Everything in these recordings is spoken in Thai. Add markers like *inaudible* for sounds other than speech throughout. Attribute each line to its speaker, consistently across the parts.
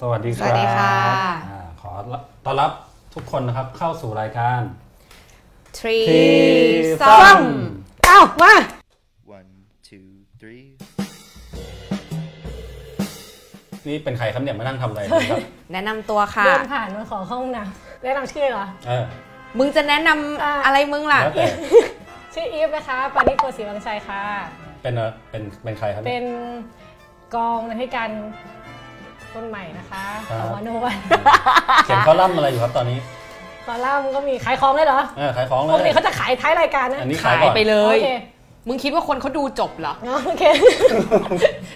Speaker 1: สวัสดีครับ
Speaker 2: สวัสดีค่ะ
Speaker 1: อ่าขอต้อนรับทุกคนนะครับเข้าสู่รายการ
Speaker 2: ทรี
Speaker 1: Three
Speaker 2: ซั
Speaker 1: Sum
Speaker 2: มอ้าวมา
Speaker 3: One, two, three.
Speaker 1: นี่เป็นใครครับเนี่ยมานั่งทำอะไรกันครับ
Speaker 2: แนะนำตัวค่ะ
Speaker 4: เดินผ่านมาขอเข้าห้องน้ำแนะนำชื่อเหรอ
Speaker 1: เออ
Speaker 2: มึงจะแนะน
Speaker 4: อ่า
Speaker 2: ำอะไรมึงล่ะ
Speaker 1: แล้วแต่
Speaker 4: ชื่ออีฟนะคะ ปานิชโกศิวังชัยค่ะ
Speaker 1: เป็นเอ่อเป็นเป็นใครครับ
Speaker 4: เป็นกองบรรณาธิการคนใหม่นะคะ
Speaker 1: ครับ
Speaker 4: ของวานวัน
Speaker 1: เขียนคอลัมน์อะไรอยู่ครับตอนนี้
Speaker 4: ตอนล่ามันก็มีขายของเลยเหรอ
Speaker 1: เออขายของเล
Speaker 4: ปกติ
Speaker 1: ย
Speaker 4: เขาจะขายท้ายรายการนะ
Speaker 1: อันนี้ขา
Speaker 2: ขาย ย
Speaker 1: ก่อน
Speaker 2: ไปเลย
Speaker 4: โอเค
Speaker 2: มึงคิดว่าคนเขาดูจบเหรอ
Speaker 4: อ๋อโอเค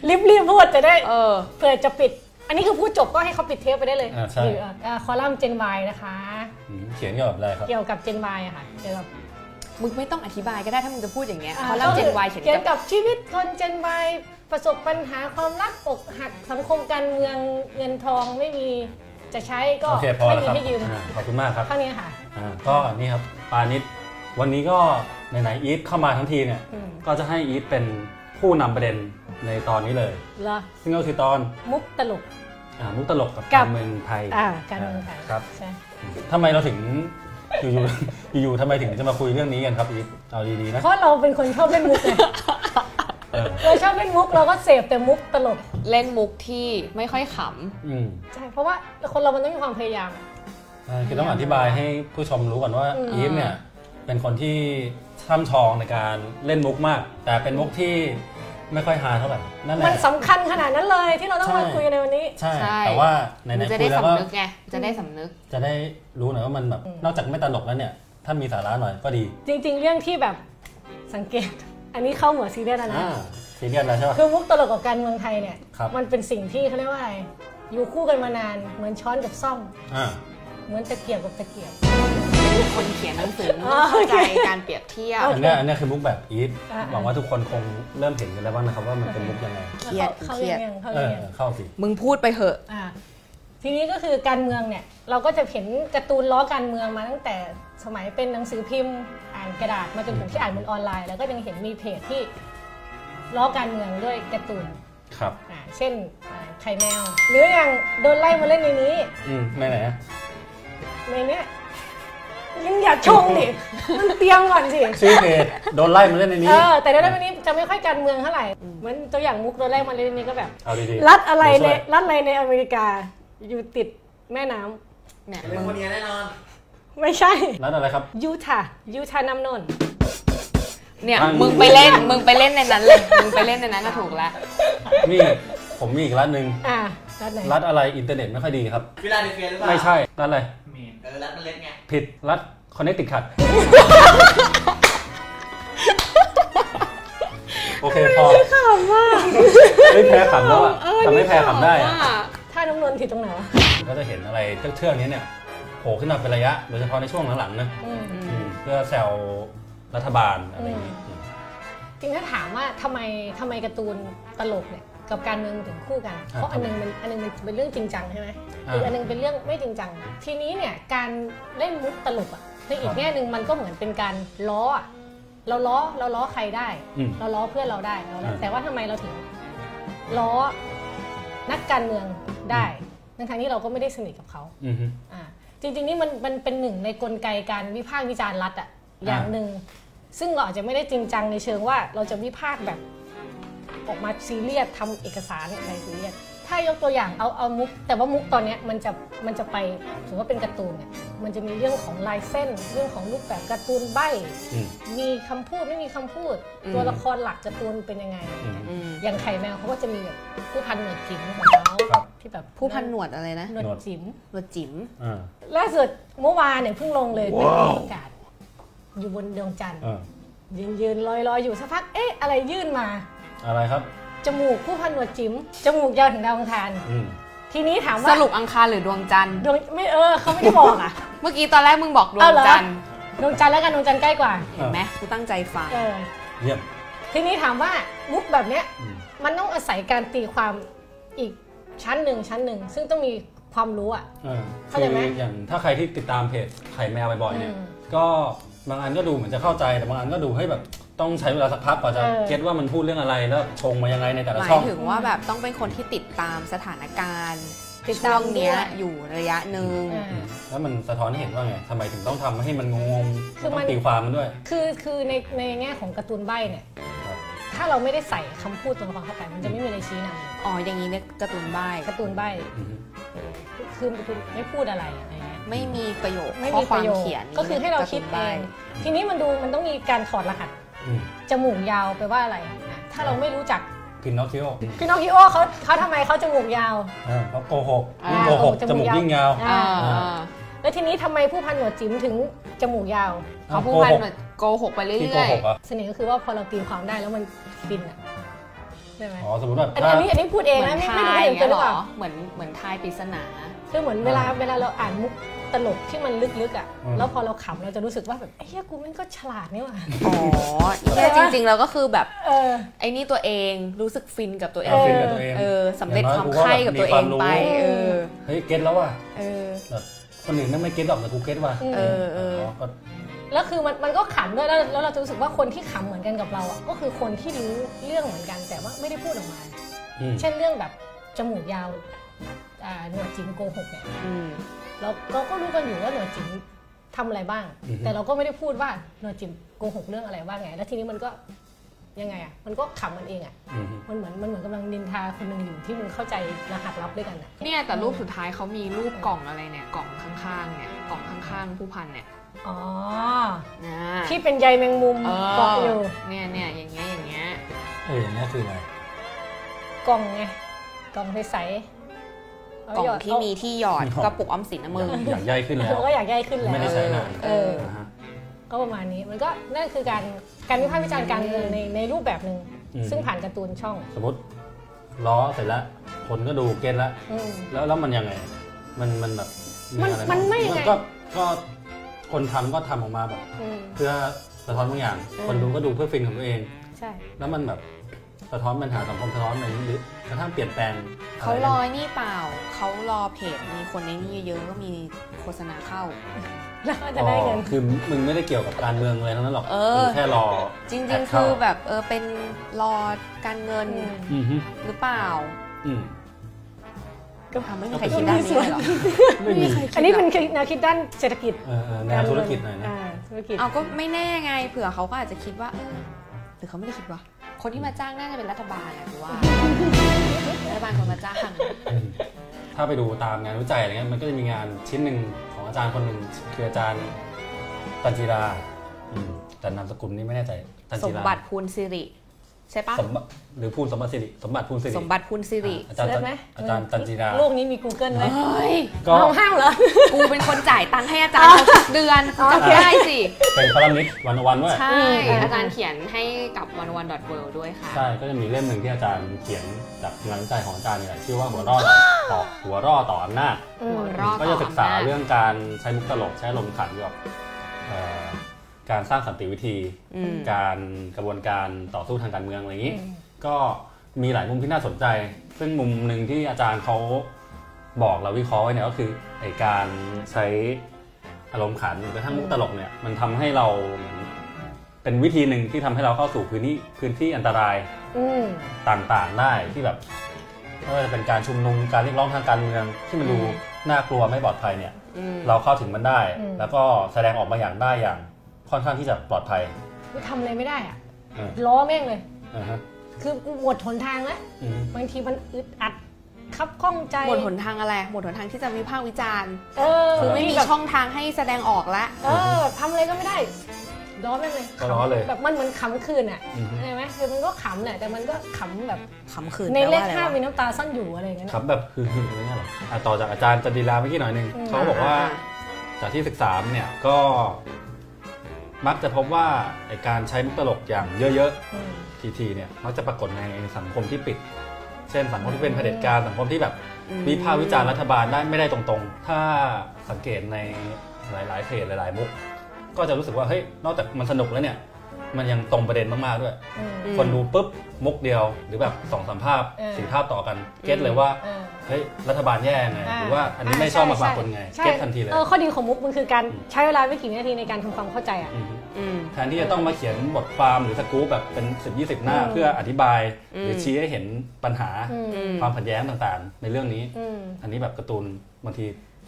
Speaker 4: รีบรีบพูดจะได้
Speaker 2: เออ
Speaker 4: เผื่อจะปิด อันนี้คือพูดจบก็ให้เขาปิดเทปไปได้เลย
Speaker 1: อ่าใช่
Speaker 4: หรือ่าคอลัมน์เจนวายนะคะ
Speaker 1: อืมเขียนเกี่ยวกับอะไรครับ
Speaker 4: เกี่ยวกับเจนวายค่ะเกี่ยวกับ
Speaker 2: มึงไม่ต้องอธิบายก็ได้ถ้ามึงจะพูดอย่างเงี้ย
Speaker 4: อ่
Speaker 2: เขาเล่าเจนวายเขียน
Speaker 4: เกี่ยว
Speaker 2: กับ
Speaker 4: กับชีวิตคนเจนวายประสบปัญหาความรักอกหักสังคมการเมืองเงินทองไม่มีจะใช้ก็
Speaker 1: โอเคพอ
Speaker 4: ไม่
Speaker 1: แล้วค
Speaker 4: มี
Speaker 1: รับ
Speaker 4: ให้ยืม
Speaker 1: อ่าขอบคุณมากครับ
Speaker 4: เท่านี้ค่ะ
Speaker 1: อ่าก็นี่ครับปานิชวันนี้ก็ไหนๆอีฟเข้ามาทั้งทีเนี่ย
Speaker 4: อืม
Speaker 1: ก็จะให้อีฟเป็นผู้นำประเด็นในตอนนี้เลย
Speaker 4: เหรอ
Speaker 1: ซึ่งก็คือตอน
Speaker 4: มุกตลก
Speaker 1: อ่ามุกตลกกับ
Speaker 4: กั
Speaker 1: กา
Speaker 4: บ
Speaker 1: รเมืองไทย
Speaker 4: อ่าการเมืองไทย
Speaker 1: ครับ
Speaker 4: ใช่
Speaker 1: ทำไมเราถึงอยู่ๆ *laughs* อยู่ๆทำไมถึงจะมาคุยเรื่องนี้กันครับอีฟเอาดีๆนะ
Speaker 4: เพราะเราเป็นคนชอบเล่นมุกไง
Speaker 1: *laughs* เออ
Speaker 4: เราชอบเล่นมุกเราก็เสพแต่มุกตลก
Speaker 2: เล่นมุกที่ไม่ค่อยข
Speaker 1: อืม
Speaker 4: ใช่เพราะว่าคนเรามันต้องมีความพยายาม
Speaker 1: ใช่คือต้องอธิบายให้ผู้ชมรู้ก่อนว่า
Speaker 4: อืม
Speaker 1: อีฟเนี่ยเป็นคนที่ช่ำชองในการเล่นมุกมาก แต่เป็นมุกที่ไม่ค่อยฮาเท่าไหร่นั่นแห
Speaker 4: มัน
Speaker 1: ละ
Speaker 4: สำคัญขนาดนั้นเลยที่เราต้องมา
Speaker 1: ใช่
Speaker 4: คุยในวันนี้
Speaker 1: ใช่
Speaker 2: ำใช่
Speaker 1: แต่ว่าไหน
Speaker 2: มึงจะ
Speaker 1: ๆคุย
Speaker 2: ได้
Speaker 1: แล้วก็
Speaker 2: สำนึกไงมึงจะได้สำนึก
Speaker 1: จะได้รู้หน่อยว่ามันแบบ
Speaker 4: อืม
Speaker 1: นอกจากไม่ตลกแล้วเนี่ยถ้ามีสาระหน่อยก็ดี
Speaker 4: จริง ๆ เรื่องที่แบบสังเกต อันนี้เข้าหมวดซีเรียสแล้วนะ
Speaker 1: อ่าซีเรียสแล้วใช่ปะ
Speaker 4: คือมุกตลกกับการเมืองไทยเนี่ย
Speaker 1: ครับ
Speaker 4: มันเป็นสิ่งที่เขาเรียกว่าอะไร อยู่คู่กันมานาน เหมือนช้อนกับซ่อม
Speaker 1: อ่า
Speaker 4: เหมือนตะเกียบกับตะเกียบ
Speaker 2: คนเขียนหนังสือมึง
Speaker 4: อ๋อ
Speaker 2: ต้องเข้าใจ
Speaker 4: โอเค
Speaker 2: การเปรียบเทียบ
Speaker 1: อันเนี้ยอันเนี้ยคือมุกแบบอีฟ
Speaker 4: อ่า
Speaker 1: หวังว่าทุกคนคงเริ่มเห็นกันแล้วบ้างนะครับว่ามันเป็นมุกยังไง
Speaker 2: เครียด
Speaker 4: เขา
Speaker 2: เครียด
Speaker 4: เรียงเขา
Speaker 1: เอ
Speaker 4: เรีย
Speaker 1: อง เข้าสิ
Speaker 2: มึงพูดไปเหอะ
Speaker 4: อ่ะทีนี้ก็คือการเมืองเนี่ย เราก็จะเห็นการ์ตูนล้อการเมืองมาตั้งแต่สมัยเป็นหนังสือพิมพ์ อ่านกระดาษมาจนถึงที่อ่านบนออนไลน์ แล้วก็ยังเห็นมีเพจที่ล้อการเมืองด้วยการ์ตูน
Speaker 1: ครับ
Speaker 4: อ่ะเช่นอ่าไข่แมว หรืออย่างโดนไล่มาเล่นในนี้
Speaker 1: อืมไม่ไหนอะ
Speaker 4: ในเนี้ยยังอย่าชงดิ มันเตรียมก่อนสิ
Speaker 1: ชื่อเพจโดนไล่มาเล่นในนี้
Speaker 4: เออ แต่ในเรื่องนี้จะไม่ค่อยการเมืองเท่าไหร่ เหมือนตัวอย่างมุกตัวแรกมาเรื่องนี้ก็แบบ
Speaker 1: เอาดี
Speaker 4: รัฐอะไรใน
Speaker 1: ดี๋ยวช่วย
Speaker 4: รัฐอะไรในอเมริกา อยู่ติดแม่น้ำ
Speaker 2: เนี่ย
Speaker 5: เป็น
Speaker 2: มึง
Speaker 5: คนเนี้ยแน่นอน
Speaker 4: ไม่ใช่
Speaker 1: รัฐอะไรครับ
Speaker 4: ยูทาห์ยูทาห์น้ำนนท์
Speaker 2: เนี่ย
Speaker 1: อ่ะ
Speaker 2: มึงไปเล่นมึงไปเล่นในนั้นเลยมึงไปเล่นในนั้นน่ะถูกละ
Speaker 1: นี่ผมมีอีกรัฐหนึ่ง
Speaker 4: อ่ารัฐไหน
Speaker 1: รัฐอะไรอินเทอร์เน็ตไม่ค่อยดีครับ
Speaker 5: เวลาในเฟียหรือเปล่า
Speaker 1: ไม่ใช่รัฐอะไร
Speaker 5: เออรัดมันเล็กไง
Speaker 1: ผิดรัฐคอนเนคติคัด
Speaker 4: *laughs*
Speaker 1: โอเคพอ
Speaker 4: ขำว่า
Speaker 1: ไม่แพ้ขำแล้วอะทำให้แพ้ขำได้อะ
Speaker 2: ว่า
Speaker 4: ท่าน้ำนนท์ผิดตรงไหนวะ
Speaker 1: ก็จะเห็นอะไรเทื่อกๆนี้เนี่ยโผล่ขึ้นมาเป็นระยะ โดยเฉพาะในช่วงหลังๆนะ
Speaker 4: อืม
Speaker 1: อืมเพื่อแซวรัฐบาลอะไรอย่างนี้อืม
Speaker 4: จริงถ้าถามว่าทำไมทำไมการ์ตูนตลกเนี่ยกับการเมืองถึงคู่กัน เพราะอันหนึงมันอันหนึงมันเป็นเรื่องจริงจังใช่ไหม
Speaker 1: อ่ะ
Speaker 4: อีกอันหนึงเป็นเรื่องไม่จริงจัง ทีนี้เนี่ยการเล่นมุกตลกอ่ะในอี
Speaker 1: ครั
Speaker 4: ก
Speaker 1: บ
Speaker 4: แง่หนึ่งมันก็เหมือนเป็นการล้ออะเราล้อเราล้อใครได้
Speaker 1: อืม
Speaker 4: เราล้อเพื่อนเราได้เราล้อ
Speaker 1: อ่า
Speaker 4: แต่ว่าทำไมเราถึงล้อนักการเมืองได้ทั้งๆที่เราก็ไม่ได้สนิทกับเขา
Speaker 1: อือฮึ
Speaker 4: อ่าจริงๆนี่มันมันเป็นหนึ่งในกลไกการวิพากษ์วิจารณ์รัฐอ่ะอย่าง
Speaker 1: อ่า
Speaker 4: หนึ่งซึ่งเราอาจจะไม่ได้จริงจังในเชิงว่าเราจะวิพากษ์แบบออกมาซีเรียสทำเอกสารอะไรซีเรียส ถ้ายกตัวอย่างเอาเอามุก แต่ว่ามุกตอนเนี้ยมันจะมันจะไปถือว่าเป็นการ์ตูนเนี่ยมันจะมีเรื่องของลายเส้น เรื่องของรูปแบบการ์ตูนใบ
Speaker 1: อืม
Speaker 4: มีคำพูดไม่มีคำพูด
Speaker 2: อืม
Speaker 4: ตัวละครหลักการ์ตูนเป็นยังไง
Speaker 1: อืม
Speaker 2: อืม
Speaker 4: อย่างไข่แมวเขาก็จะมีแบบผู้พันหนวดจิ๋มของเขา
Speaker 1: ครับ
Speaker 4: ที่แบบ
Speaker 2: ผู้พันหนวดอะไรนะ
Speaker 4: หนวดจิ๋ม
Speaker 2: หนวดจิ๋ม
Speaker 1: อ่า
Speaker 4: ล่าสุดเมื่อวานเนี่ยเพิ่งลงเลยเป็นบรรยากาศอยู่บนดวงจันทร์
Speaker 1: อ่า
Speaker 4: ยืนยืนลอยลอยๆอยู่สักพักเอ๊ะอะไรยื่นมา
Speaker 1: อะไรครับ
Speaker 4: จมูกผู้พันหนวดจิ๋มจมูกยาวถึงดาวอังคาร
Speaker 1: อืม
Speaker 4: ทีนี้ถาม
Speaker 2: ส
Speaker 4: ว่า
Speaker 2: รุปอังคารหรือดวงจันทร์
Speaker 4: ดวงไม่เออเขาไม่ได้บอกอ่ะ
Speaker 2: เมื่อกี้ตอนแรกมึงบอกดวงจันทร์
Speaker 4: ดวงจันทร์แล้วกันดวงจันทร์ใกล้กว่า
Speaker 1: เอาเหรอ
Speaker 2: เห็นไหมกูตั้งใจฟัง
Speaker 4: เออ
Speaker 1: เยี่ยม
Speaker 4: ทีนี้ถามว่ามุกแบบเนี้ย
Speaker 1: อืม
Speaker 4: มันต้องอาศัยการตีความอีกชั้นหนึ่งชั้นหนึ่ง ซึ่งต้องมีความรู้อ่ะ
Speaker 1: อ่า
Speaker 4: เข้า
Speaker 1: คือ
Speaker 4: ใจไหม
Speaker 1: อย่างถ้าใครที่ติดตามเพจไข่แมวบ่อยๆเนี่ย
Speaker 4: อืม
Speaker 1: ก็บางอันก็ดูเหมือนจะเข้าใจแต่บางอันก็ดูให้แบบต้องใช้เวลาสักพักกว่าจะ
Speaker 4: เออ
Speaker 1: เก็ตว่ามันพูดเรื่องอะไรแล้วชงมายังไงในแต่ละ
Speaker 2: หมา
Speaker 1: ช่
Speaker 2: ย
Speaker 1: อง
Speaker 2: ถึงว่าแบบต้องเป็นคนที่ติดตามสถานการณ์
Speaker 4: ติด
Speaker 2: ช่
Speaker 4: ตาว ม
Speaker 2: ง
Speaker 4: ด้
Speaker 2: เนี้
Speaker 4: วย ย
Speaker 2: อยู่ระยะหนึ่ง
Speaker 4: อ่า
Speaker 1: แล้วมันสะท้อนให้เห็นว่าไงทำไมถึงต้องทำให้มันงงๆ
Speaker 4: คือ
Speaker 1: ต้
Speaker 4: มั
Speaker 1: อน งตีความมันด้วย
Speaker 4: คือคือในในแง่ของการ์ตูนใบ้เนี่ย
Speaker 1: ครับ
Speaker 4: ถ้าเราไม่ได้ใส่คำพูดตัวละครเข้าไป มันจะไม่มีอะไรชี้นำเลย
Speaker 2: อ๋อ อย่างนี้เนี่ยการ์ตูนใบ
Speaker 4: การ์ตูนใบ้
Speaker 1: อือฮึ
Speaker 4: คือการ์ตูนไม่พูดอะไรอะไรเงี้ย
Speaker 2: ไม่มีประโยค
Speaker 4: ไม่
Speaker 2: ข้อ
Speaker 4: มี
Speaker 2: ค
Speaker 4: ป
Speaker 2: วา
Speaker 4: ระ
Speaker 2: ม
Speaker 4: โยช
Speaker 2: เขียน
Speaker 4: น์ก็คือให้เราคิดเองทีนี้มันดูมันต้องมีการถอดรหัส
Speaker 1: อืม
Speaker 4: จมูกยาวไปลว่าอะไรอ่ะถ้าเราไม่รู้จัก
Speaker 1: พินนอคคิโอ
Speaker 4: พี่น้องพี่โอเขาเขาทำไมเขาจมูกยาว
Speaker 1: อ่าเขาโกหก
Speaker 4: อ่า
Speaker 1: ยิ่งโกหก
Speaker 4: จ
Speaker 1: จมู
Speaker 4: มูก
Speaker 1: ก
Speaker 4: ยาว
Speaker 1: ยิ่งยาว
Speaker 2: การ์ตูนใบ้อ่าอ่า
Speaker 4: แล้วทีนี้ทำไมผู้พันหนวดจิ๋มถึงจมูกยาว
Speaker 2: เขาพูด
Speaker 1: โก
Speaker 2: พัน
Speaker 1: หก
Speaker 2: เหมือนโกหกไปเรื่
Speaker 1: ที่โก
Speaker 2: อย
Speaker 1: หกเหรอ่ะ
Speaker 4: เสน่ห์ก็คือว่าพอเราตีความได้แล้วมันฟินอ่ะใช่ไหม
Speaker 1: อ๋อสมมติแบบ
Speaker 4: อัน
Speaker 1: ถ้า
Speaker 4: อันนี้อันนี้พูด
Speaker 2: ๆ
Speaker 4: เอง
Speaker 2: เหมือ
Speaker 4: นะ
Speaker 2: น
Speaker 4: ไม่ไม่
Speaker 2: ทา
Speaker 4: ได้
Speaker 2: ยอ
Speaker 4: เห็น
Speaker 2: ย่าง
Speaker 4: ตั
Speaker 2: เงี้
Speaker 4: วย ห
Speaker 2: เหรอ
Speaker 4: รือเปล่า
Speaker 2: เหมือนเหมือนทายปริศนา
Speaker 4: คือเหมือนเวลาเวลาเราอ่านมุกตลกที่มันลึกๆอ่ะ แล้วพอเราขำเราจะรู้สึกว่าแบบเอ้ยกูแมันก็ฉลาดนี่หว่า
Speaker 2: อ๋อ
Speaker 4: ใช่
Speaker 2: แต่
Speaker 4: ปะ
Speaker 2: จริงๆแล้วก็คือแบบ
Speaker 4: เออ
Speaker 2: ไอ้นี่ตัวเองรู้สึกฟินกับตัวเอ
Speaker 1: เอา
Speaker 2: ง
Speaker 1: ฟินกับตัวเอง
Speaker 2: เออสำเร็จความใคร่กับตัวเองไป เออ
Speaker 1: เฮ้ยเก็ตแล้วว่ะ
Speaker 2: เออ
Speaker 1: แบบคนอื่นนั่งไม่เก็ตหรอกแต่กูเก็ตว่ะ
Speaker 4: เออ
Speaker 2: เออ
Speaker 1: ก็
Speaker 4: แล้วคือมันมันก็ขำด้วยแล้วแล้วเราจะรู้สึกว่าคนที่ขำเหมือนกันกับเราอ่ะก็คือคนที่รู้เรื่องเหมือนกันแต่ว่าไม่ได้พูดออกมา
Speaker 1: อืม
Speaker 4: เช่นเรื่องแบบจมูกยาวอ่าหนวดจิ๋มโกหกเนี่ย
Speaker 2: อืม
Speaker 4: เราเราก็รู้กันอยู่ว่าหนวดจิ๋มทำอะไรบ้าง แต่เราก็ไม่ได้พูดว่าหนวดจิ๋มโกหกเรื่องอะไรบ้างไง แล้วทีนี้มันก็ยังไงอ่ะมันก็ขำมันเองอ่ะ
Speaker 1: อืม
Speaker 4: มันเหมือนมันเหมือนกำลังนินทาคนหนึ่งอยู่ที่มึงเข้าใจรหัสลับด้วยกันน่ะ
Speaker 2: เนี่ยแต่รูปสุดท้ายเขามีรูปกล่องอะไรเนี่ย กล่องข้างๆเนี่ย กล่องข้างๆ ผู้พันเนี่ย
Speaker 4: อ๋อ
Speaker 2: นะ
Speaker 4: ที่เป็นใยแมงมุม
Speaker 2: เอ
Speaker 4: เกาะอ
Speaker 2: อยู่ เนี่ยเนี่ยอย่างเงี้ยอย่างเงี้ย
Speaker 1: เออนี่คืออะไร
Speaker 4: กล่องไง กล่องใสๆเา
Speaker 2: ก
Speaker 4: ไป
Speaker 2: ล่อ
Speaker 4: หย
Speaker 2: ง
Speaker 4: ด
Speaker 2: ที่มีที่หยอดกระปุกออมสินนะมึง
Speaker 1: อยากย่อยขึ้น
Speaker 4: เอา
Speaker 1: แล้
Speaker 4: เรา
Speaker 1: ว
Speaker 4: ก็อยากใยขึ้นแล้ว
Speaker 1: ไม่ได้ใช้นาน
Speaker 4: เออ
Speaker 1: นะฮะ
Speaker 4: ก็ประมาณนี้มันก็นั่นคือการการวิพากษ์วิจารณ์การเมืองในในรูปแบบหนึ่ง
Speaker 1: อืม
Speaker 4: ซึ่งผ่านการ์ตูนช่อง
Speaker 1: สมมติล้อเสร็จแล้วคนก็ดูเก็ตแล้ว
Speaker 4: อืม
Speaker 1: แล้วแล้วมันยังไง มันมันแบบ
Speaker 4: มัน
Speaker 1: อะไร
Speaker 4: มัน
Speaker 1: บ้าง
Speaker 4: ไม่ยังไง
Speaker 1: ก็ก็คนทำก็ทำออกมาแบบ
Speaker 4: อืม
Speaker 1: เพื่อสะท้อนบางอย่าง
Speaker 4: อืม
Speaker 1: คนดูก็ดูเพื่อฟินของตัวเอง
Speaker 4: ใช่
Speaker 1: แล้วมันแบบสะท้อนปัญหาสังคมสะท้อนอะไรนี้หรือกระทั่งเปลี่ยนแปลงะไ
Speaker 2: เขารอไอ้นี่เปล่า เขารอเพจมีคนในนี่เยอะๆก็มีโฆษณาเข้า
Speaker 4: แล้วก็
Speaker 1: อ๋
Speaker 4: จะ
Speaker 1: อ
Speaker 4: ได้ *laughs* เงิน
Speaker 1: คือมึงไม่ได้เกี่ยวกับการเมืองเลยทั้งนั้นหรอก
Speaker 2: เออ
Speaker 1: มึงแค่รอ
Speaker 2: จริ
Speaker 1: แด
Speaker 2: ง ๆ
Speaker 1: เข้า
Speaker 2: คือแบบเออเป็นรอการเงิน
Speaker 4: อืม
Speaker 1: อืมฮึ
Speaker 2: หรือเปล่า
Speaker 1: อืม
Speaker 2: ก็ทำไม่มีใคร
Speaker 1: ก็เป็น
Speaker 2: คิดด้านนี้เลยเหรอ
Speaker 1: ไม่มี
Speaker 4: อันนี้เป็นแนวคิดด้านเศรษฐกิจ
Speaker 1: เออเออแนวธุรกิจหน่อยนะ
Speaker 4: าธุรกิจ
Speaker 2: เอาก็ไม่แน่ไงเผื่อเขาก็อาจจะคิดว่าเออหรือเขาไม่ได้คิดว่า คนที่มาจ้างน่าจะเป็นรัฐบาลอะหรือว่า *laughs* รัฐบาลคนมาจ้าง
Speaker 1: อืมถ้าไปดูตามงานวิจัยอะไรเงี้ยมันก็จะมีงานชิ้นหนึ่งของอาจารย์คนหนึ่งคืออาจารย์ตันจิราอืมแต่นามสกุลนี่ไม่แน่ใจตัน
Speaker 2: ส
Speaker 1: จิ
Speaker 2: ม
Speaker 1: รา
Speaker 2: บัติพูนสิริใช่ปะ
Speaker 1: สมบัติหรือภูลสมบัติสิริสมบัติภูลสิริ
Speaker 2: สมบัติพูนสิริ
Speaker 1: อาจารย์
Speaker 4: เสิร์ชไหม
Speaker 1: อาจารย์ตันจิรา
Speaker 4: โลกนี้มี Google ไหม
Speaker 2: เฮ้ย
Speaker 1: ก็
Speaker 4: เอาห้ามเหรอ
Speaker 2: กูเป็นคนจ่ายตังค์ให้อาจารย์เขาทุกเดือน
Speaker 4: อ๋อโอ
Speaker 2: จำ
Speaker 4: เค
Speaker 2: ได้สิ
Speaker 1: เป็นคอลัมนิสต์วันวันด้วย
Speaker 2: ใช่ อาจารย์เขียนให้กับ one one dot world ด้วยค่ะ
Speaker 1: ใช่ ก็จะมีเล่มหนึ่งที่อาจารย์เขียนจากงานวิจัยของอาจารย์นี่แหละชื่อว่าหัวรอดต่อหัวรอดต่ออำนาจ
Speaker 4: อืม
Speaker 2: หัวเรอด
Speaker 1: ก็จะศึกษาเรื่องการใช้มุกตลกใช้ลมณ์ขันเกี่ยวกับเอ่อการสร้างสันติวิธี การกระบวนการต่อสู้ทางการเมืองอะไรอย่างนี้ ก็มีหลายมุมที่น่าสนใจ ซึ่งมุมหนึ่งที่อาจารย์เขาบอกเราวิเคราะห์ไว้เนี่ยก็คือไอการใช้อารมณ์ขันหรือกระทั่งมุกตลกเนี่ยมันทำให้เราเหมือนเป็นวิธีหนึ่งที่ทำให้เราเข้าสู่พื้นที่พื้นที่อันตราย
Speaker 4: อืม
Speaker 1: ต่างๆได้ที่แบบไม่ว่าจะเป็นการชุมนุมการเรียกร้องทางการเมืองที่มันดู
Speaker 2: อืม
Speaker 1: น่ากลัวไม่ปลอดภัยเนี่ย
Speaker 2: อืม
Speaker 1: เราเข้าถึงมันได้
Speaker 4: อืม
Speaker 1: แล้วก็แสดงออกมาอย่างได้อย่างค่อนข้างที่จะปลอดภัย
Speaker 4: กูทำอะไรไม่ได้อ่ะ
Speaker 1: อ่า
Speaker 4: ล้อแม่งเลย
Speaker 1: อ่าฮะ
Speaker 4: คือกูหมดหนทางแล้ว
Speaker 1: อืม
Speaker 4: บางทีมันอึดอัดคับข้องใจ
Speaker 2: หมดหนทางอะไร หมดหนทางที่จะวิพากษ์วิจารณ์
Speaker 4: เออ
Speaker 2: คือไม่มี
Speaker 4: แบบ
Speaker 2: ช่องทางให้แสดงออกละ
Speaker 4: เออทำอะไรก็ไม่ได้ร้อนแม่งเลย
Speaker 1: ก็ร้อนเลย
Speaker 4: แบบมันเหมือนขำคืนอ่ะ
Speaker 1: อือฮึ
Speaker 4: ใช่ไหมคือมันก็ขำแหละแต่มันก็ขำแบบ
Speaker 2: ขำขืน
Speaker 4: ในเลข
Speaker 2: แปว่
Speaker 4: ห้า
Speaker 2: อะไร
Speaker 4: มี
Speaker 2: วะ
Speaker 4: น้ำตาซ่อนอยู่อะไรอย่างเงี้ย
Speaker 1: ครับ *laughs* แบบคือคืออะไรเงี้ยเหรออ่ะต่อจากอาจารย์จันดีลาเมื่อกี้หน่อยหนึง
Speaker 4: อืม
Speaker 1: เขาบอกว่าจากที่ศึกษามาเนี่ยก็ มักจะพบว่าไอ้การใช้มุกตลกอย่างเยอะ
Speaker 4: อืม
Speaker 1: ๆทีๆเนี่ยมักจะปรากฏในสังคมที่ปิด เช่นสังคมที่เป็นเผด็จการสังคมที่แบบ
Speaker 2: อืม
Speaker 1: วิพากษ์วิจารณ์รัฐบาลได้ไม่ได้ตรงๆ ถ้าสังเกตในหลายๆเพจหลาย ๆ มุก ก็จะรู้สึกว่าเฮ้ยนอกจากมันสนุกแล้วเนี่ย มันยังตรงประเด็นมากๆด้วย
Speaker 4: อืม อืม
Speaker 1: คนดูปุ๊บมุกเดียวหรือแบบสองสามภาพ
Speaker 4: เออ
Speaker 1: สี่ภาพต่อกันเก็ตเลยว่า
Speaker 4: เออ
Speaker 1: เฮ้ยรัฐบาลแย่ไง
Speaker 4: อ่า
Speaker 1: หรือว่าอันนี้ไม่ชอบมาปากคนไง
Speaker 4: ใช่
Speaker 1: เก็ตทันทีเลย
Speaker 4: เออข้อดีของมุกมันคือการ
Speaker 1: อืม
Speaker 4: ใช้เวลาไม่กี่วินาทีในการทำความเข้าใจอ่ะ
Speaker 1: ม
Speaker 2: อืม
Speaker 1: แทนที่จะต้องมาเขียนบทความหรือสกู๊ปแบบเป็น 10 20 หน้า
Speaker 4: อืม
Speaker 1: เพื่ออธิบาย
Speaker 2: อืม
Speaker 1: หรือชี้ให้เห็นปัญหา
Speaker 4: อืม
Speaker 2: อืม
Speaker 1: ความขัดแย้งต่างๆ ในเรื่องนี้
Speaker 4: อืม
Speaker 1: อันนี้แบบการ์ตูนบางที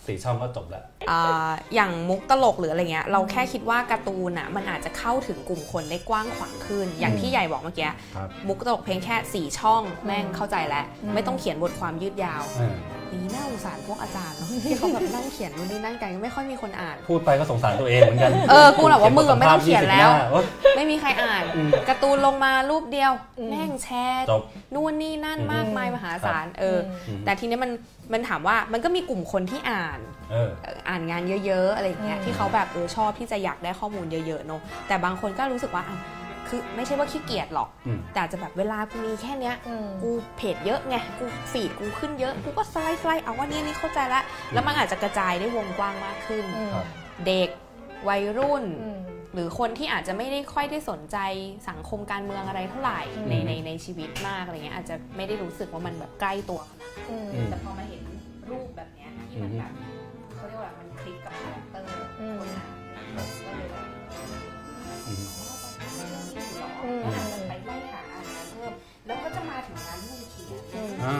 Speaker 1: สี่ช่องก็จบแล้ว
Speaker 2: อ่าอย่างมุกตลกหรืออะไรเงี้ย เราแค่คิดว่าการ์ตูนอ่ะมันอาจจะเข้าถึงกลุ่มคนได้กว้างขวางขึ้น อย่าง
Speaker 1: อืม
Speaker 2: ที่ใหญ่บอกเมื่อกี้
Speaker 1: ครับ
Speaker 2: มุกตลกเพลงแค่ 4 ช่องแม่งเข้าใจแล้ว
Speaker 4: อืม
Speaker 2: ไม่ต้องเขียนบทความยืดยาว
Speaker 1: เออ
Speaker 2: อย่างนี้น่าสงสารพวกอาจารย์เนอะที่เขาแบบนั่งเขียนนู่นนี่นั่นกันก็ไม่ค่อยมีคนอ่าน
Speaker 1: พูดไปก็สงสารตัวเองเหมือนกัน
Speaker 2: เออกูแบบว่ามึงอะไม่ต้องเขียนแล้ว
Speaker 1: บทสัมภาษณ์20หาเออ
Speaker 2: ไม่มีใครอ่าน
Speaker 1: อืม
Speaker 2: การ์ตูนลงมารูปเดียว
Speaker 4: อืม
Speaker 2: แม่งแชร์
Speaker 1: จบ
Speaker 2: นู่นนี่นั่น
Speaker 1: อืม
Speaker 2: มากมายมหาศาลเอออ
Speaker 1: อืม
Speaker 2: แต่ทีเนี้ยมันมันถามว่ามันก็มีกลุ่มคนที่อ่าน
Speaker 1: เออ
Speaker 2: เอ่ออ่านงานเยอะ ๆ อะไรอย่างเงี้ย
Speaker 4: อืม
Speaker 2: ที่เขาแบบเออชอบที่จะอยากได้ข้อมูลเยอะ ๆ เนอะแต่บางคนก็รู้สึกว่าอ่ะคือไม่ใช่ว่าขี้เกียจหรอก
Speaker 1: อืม
Speaker 2: แต่อาจจะแบบเวลากูมีแค่เนี้ย
Speaker 4: อืม
Speaker 2: กูเพจเยอะไง กูฟีดกูขึ้นเยอะ กูก็สไลด์สไลด์เอาว่านี่นี่เข้าใจละ แล้วมันอาจจะกระจายได้วงกว้างมากขึ้น
Speaker 4: อืม
Speaker 1: ครับ
Speaker 2: เด็กวัยรุ่น
Speaker 4: อืม
Speaker 2: หรือคนที่อาจจะไม่ได้ค่อยได้สนใจสังคมการเมืองอะไรเท่าไหร่
Speaker 4: อืม
Speaker 2: ในในในชีวิตมากอะไรเงี้ยอาจจะไม่ได้รู้สึกว่ามันแบบใกล้ตัว
Speaker 4: อืม
Speaker 2: แต่พอมาเห็นรูปแบบเนี้ยที่มันแบบเขาเรียกว่ามันคลิกกับคาแรคเตอร์
Speaker 4: อืม
Speaker 2: ก็เลยแบบ
Speaker 1: อืม
Speaker 4: อืม
Speaker 2: ไปไล่หาอ่านเพิ่มแล้วก็จะมาถึงร้านเมื่อกี้
Speaker 4: อืม
Speaker 1: อ่า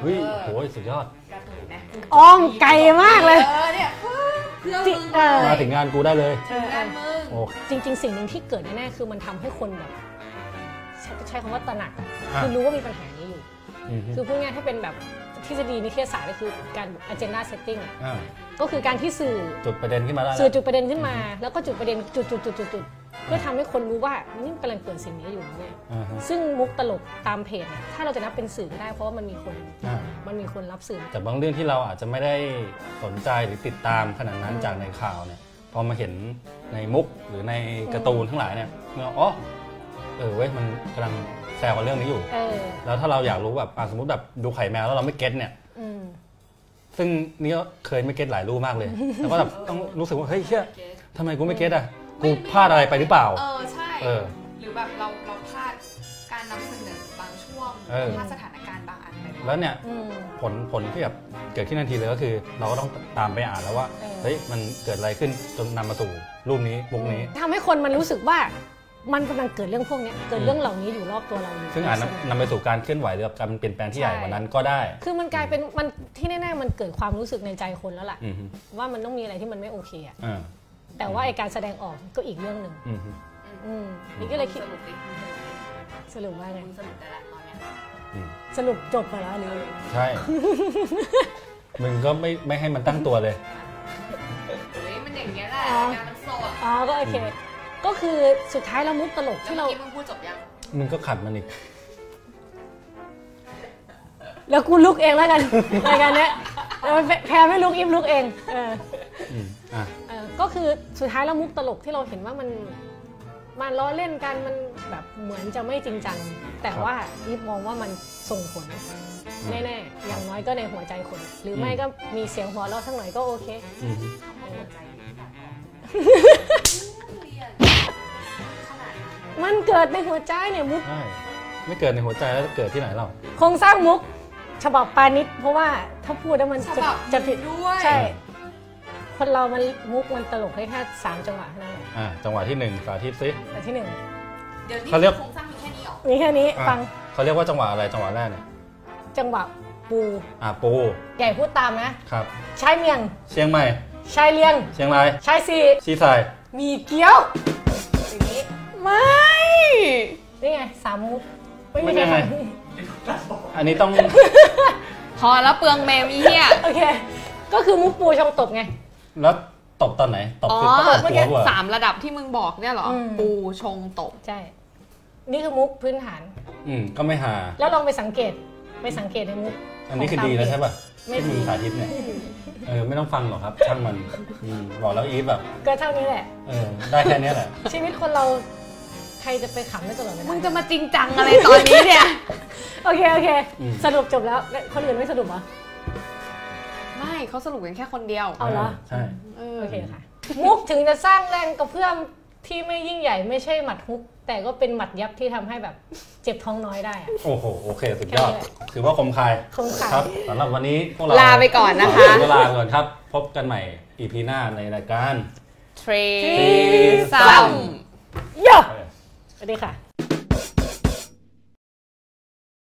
Speaker 1: เฮ้ยโหสุดยอด
Speaker 2: การ์ตูนนะ
Speaker 4: อ้อมไกลมากเลย
Speaker 2: เออเนี่ยเฮ้ยเพื่อมึง
Speaker 4: เออ
Speaker 1: มาถึงงานกูได้เลย
Speaker 2: ถึงงานมึง
Speaker 1: โอ้
Speaker 4: จริง ๆ สิ่งหนึ่งที่เกิดแน่ๆคือมันทำให้คนแบบใช้ใช้คำว่าตระหนักอะ
Speaker 1: อ่ะ
Speaker 4: คือรู้ว่ามีปัญหานี้อยู่
Speaker 1: อืมฮึ
Speaker 4: คือพูดง่ายๆถ้าเป็นแบบทฤษฎีนิเทศศาสตร์ก็คือการ agenda setting อะ
Speaker 1: อ่า
Speaker 4: ก็คือการที่สื่อ
Speaker 1: จุดประเด็นขึ้นมาได้
Speaker 4: สื่อ
Speaker 1: แล้ว
Speaker 4: จุดประเด็นขึ้นมา แล้วก็จุดประเด็นจุดจุดจุดจุดจุดเพื่อทำให้คนรู้ว่านี่กำลังเกิดสิ่งนี้อยู่เนี่ย
Speaker 1: อ่าฮะ
Speaker 4: ซึ่งมุกตลกตามเพจเนี่ยถ้าเราจะนับเป็นสื่อก็ได้เพราะว่ามันมีคน
Speaker 1: อ่า
Speaker 4: มันมีคนรับสื่อ
Speaker 1: แต่บางเรื่องที่เราอาจจะไม่ได้สนใจหรือติดตามขนาดนั้นจากในข่าวเนี่ย พอมาเห็นในมุกหรือในการ์ตูนทั้งหลายเนี่ยเราอ๋อ เออเว้ยมันกำลังแซวกันเรื่องนี้อยู่
Speaker 4: เออ
Speaker 1: แล้วถ้าเราอยากรู้แบบอ่ะสมมติแบบดูไข่แมวแล้วเราไม่เก็ตเนี่ย
Speaker 4: อืม
Speaker 1: ซึ่งนี่ก็เคยไม่เก็ตหลายรูปมาก
Speaker 2: *laughs*
Speaker 1: เลย แต่ว่าแบบต้องรู้สึกว่าเฮ้ยเชี่ยทำไมกูไม่เก็ตอ่ะ กูพลาดอะไรไปหรือเปล่า
Speaker 2: เออ ใช่
Speaker 1: เออ
Speaker 2: หรือแบบเราเราพลาดการนำเสนอบางช่วง
Speaker 1: เออ
Speaker 2: พลาดสถานการณ์บางอันไปด้วย
Speaker 1: แล้วเนี่ย
Speaker 4: อืม
Speaker 1: ผลผลที่แบบเกิดขึ้นทันทีเลยก็คือ เราก็ต้องตามไปอ่านแล้วว่า
Speaker 4: เออ
Speaker 1: เฮ้ย มันเกิดอะไรขึ้นจนนำมาสู่รูปนี้มุกนี้
Speaker 4: ทำให้คนมันรู้สึกว่ามันกำลังเกิดเรื่องพวกเนี้ยเกิดเรื่องเหล่านี้อยู่รอบตัวเราอยู่
Speaker 1: ซึ่งอาจนำนำไปสู่การเคลื่อนไหวหรือการเปลี่ยนแปลงที่ใหญ่
Speaker 4: ใช่
Speaker 1: กว่านั้นก็ได้
Speaker 4: คือมันกลายเป็นมันที่แน่ๆมันเกิดความรู้สึกในใจคนแล้วล่ะ
Speaker 1: อืมฮึ
Speaker 4: ว่ามันต้องมีอะไรที่มันไม่โอเคอะ
Speaker 1: อ่า
Speaker 4: แต่ว่าไอการแสดงออกก็อีกเรื่องหนึ่ง
Speaker 1: อืมฮึ
Speaker 4: อืมนี่ก็เลยคิด
Speaker 6: สรุปดิ
Speaker 4: สรุปว่าไง
Speaker 6: คุณสรุปได้ละตอนเนี้ย
Speaker 1: อืม
Speaker 4: สรุปจบไปแล้วหรือ
Speaker 1: ใช่ *laughs* มึงก็ไม่ไม่ให้มันตั้งตัวเลย
Speaker 6: เฮ้ย มันอย่างเงี้ยแหละ
Speaker 4: อ๋อ
Speaker 6: งานมันโสด
Speaker 4: อ๋อก็โอเค ก็คือสุดท้ายเรามุกตลก
Speaker 6: แล้ว
Speaker 4: ที่
Speaker 6: เมื่
Speaker 4: เรา
Speaker 6: อกี้มึงพูดจบยัง
Speaker 1: มึงก็ขัดมันอีก
Speaker 4: แล้วกูลุกเองแล้วกัน *laughs* รายการเนี้ยเออแพรไม่ลุกอิฟลุกเองเออ
Speaker 1: อืมอ่ะ
Speaker 4: เอ่อก็คือสุดท้ายแล้วมุกตลกที่เราเห็นว่ามันมันล้อเล่นกันมันแบบเหมือนจะไม่จริงจัง แต่
Speaker 1: ครับ
Speaker 4: ว่าอีฟมองว่ามันส่งผลแน่ๆอย่างน้อยก็ในหัวใจคน หรืออ
Speaker 1: ม
Speaker 4: ไม่ก็มีเสียงหัวเราะสักหน่อยก็โอเค
Speaker 1: อืมฮึ
Speaker 4: มันเกิดในหัวใจเนี่ยมุก
Speaker 1: ใช่ไม่เกิดในหัวใจแล้วเกิดที่ไหนเรา
Speaker 4: โครงสร้างมุก ฉบับปานิชเพราะว่าถ้าพูดแล้วมันจะ
Speaker 2: ฉบับ
Speaker 4: จะผิด
Speaker 2: ด้วย
Speaker 4: ใช่ คนเรามันมุกมันตลกได้แค่สามจังหวะเท่านั้นแหละ
Speaker 1: อ่ะจังหวะที่หนึ่งสาธิตซิ
Speaker 4: แต่ที่หนึ่ง
Speaker 6: เดี๋ยวนี้
Speaker 1: เขาเรียก
Speaker 6: โครงสร้างมีแค่นี้เหรอ
Speaker 4: มีแค่นี้
Speaker 1: อ่ะ
Speaker 4: ฟัง
Speaker 1: เขาเรียกว่าจังหวะอะไรจังหวะแรกเนี่ย
Speaker 4: จังหวะปู
Speaker 1: อ่ะปู
Speaker 4: ใหญ่พูดตามนะครับ ชายเมียง
Speaker 1: เชียงใหม่
Speaker 4: ชายเลียง
Speaker 1: เชียงราย
Speaker 4: ใช่สิ
Speaker 1: ชีสาย
Speaker 4: มีเกี๊ยวอย่างนี้ ไม่ นี่ไง สามมุกไม่มี
Speaker 1: ไม่ได้
Speaker 4: ใคร
Speaker 1: ไง
Speaker 4: ทำ
Speaker 1: อันนี้
Speaker 4: *laughs*
Speaker 1: ต้อง
Speaker 2: พอแล้วเปลืองเมมอีเหี้ย
Speaker 4: โอเค ก็คือมุกปูชงตบไง
Speaker 1: แล้วตบตอนไหน ตบคือ
Speaker 2: อ๋
Speaker 1: ต
Speaker 2: อ
Speaker 1: บหัวเวอร์
Speaker 2: สามระดับที่มึงบอกเนี่ยเหรอ
Speaker 4: อืม
Speaker 2: ปูชงตก
Speaker 4: ใช่ นี่คือมุกพื้นฐาน
Speaker 1: อืม ก็ไม่หา
Speaker 4: แล้วลองไปสังเกต ไปสังเกตในมุก
Speaker 1: อันนี้
Speaker 4: ขง
Speaker 1: คือดีแล้ว
Speaker 4: ตาม
Speaker 1: ใช่ป่ะ
Speaker 4: ไม่
Speaker 1: ที่มึ
Speaker 4: ดี
Speaker 1: งสาธิต
Speaker 4: *laughs*
Speaker 1: เนี่ย เออ ไม่ต้องฟังหรอกครับ ช่างมันอืมบอกแล้วอีฟแบบ
Speaker 4: ก็เท่านี้แหละ
Speaker 1: เออ ได้แค่เนี้ยแหละ
Speaker 4: ชีวิตคนเราใครจะไปขำได้ตลอดเวลา
Speaker 2: มึงจะมาจริงจังอะไรตอนนี้เนี่ย
Speaker 4: โอเค โอเค
Speaker 1: อืม
Speaker 4: สรุปจบแล้วแล้วคนอื่นไม่สรุปเหรอ
Speaker 2: ไม่เขาสรุปกันแค่คนเดียว
Speaker 4: เอาเหรอ
Speaker 1: ใช่
Speaker 2: เออ
Speaker 4: โอเคค่ะ มุกถึงจะสร้างแรงกระเพื่อมที่ไม่ยิ่งใหญ่ไม่ใช่หมัดฮุก แต่ก็เป็นหมัดยับที่ทำให้แบบเจ็บท้องน้อยได้อะ
Speaker 1: โอ้โห โอเค สุดยอด ถือว่าคมคาย
Speaker 4: คมคาย
Speaker 1: รับสำหรับวันนี้พวกเรา
Speaker 2: ลาไปก่อนนะคะ
Speaker 1: ลาไปก่อนครับ พบกันใหม่ EP หน้าในรายการ
Speaker 2: เทร
Speaker 1: Three Sum
Speaker 2: ย่อ
Speaker 4: สวัสดีค่ะ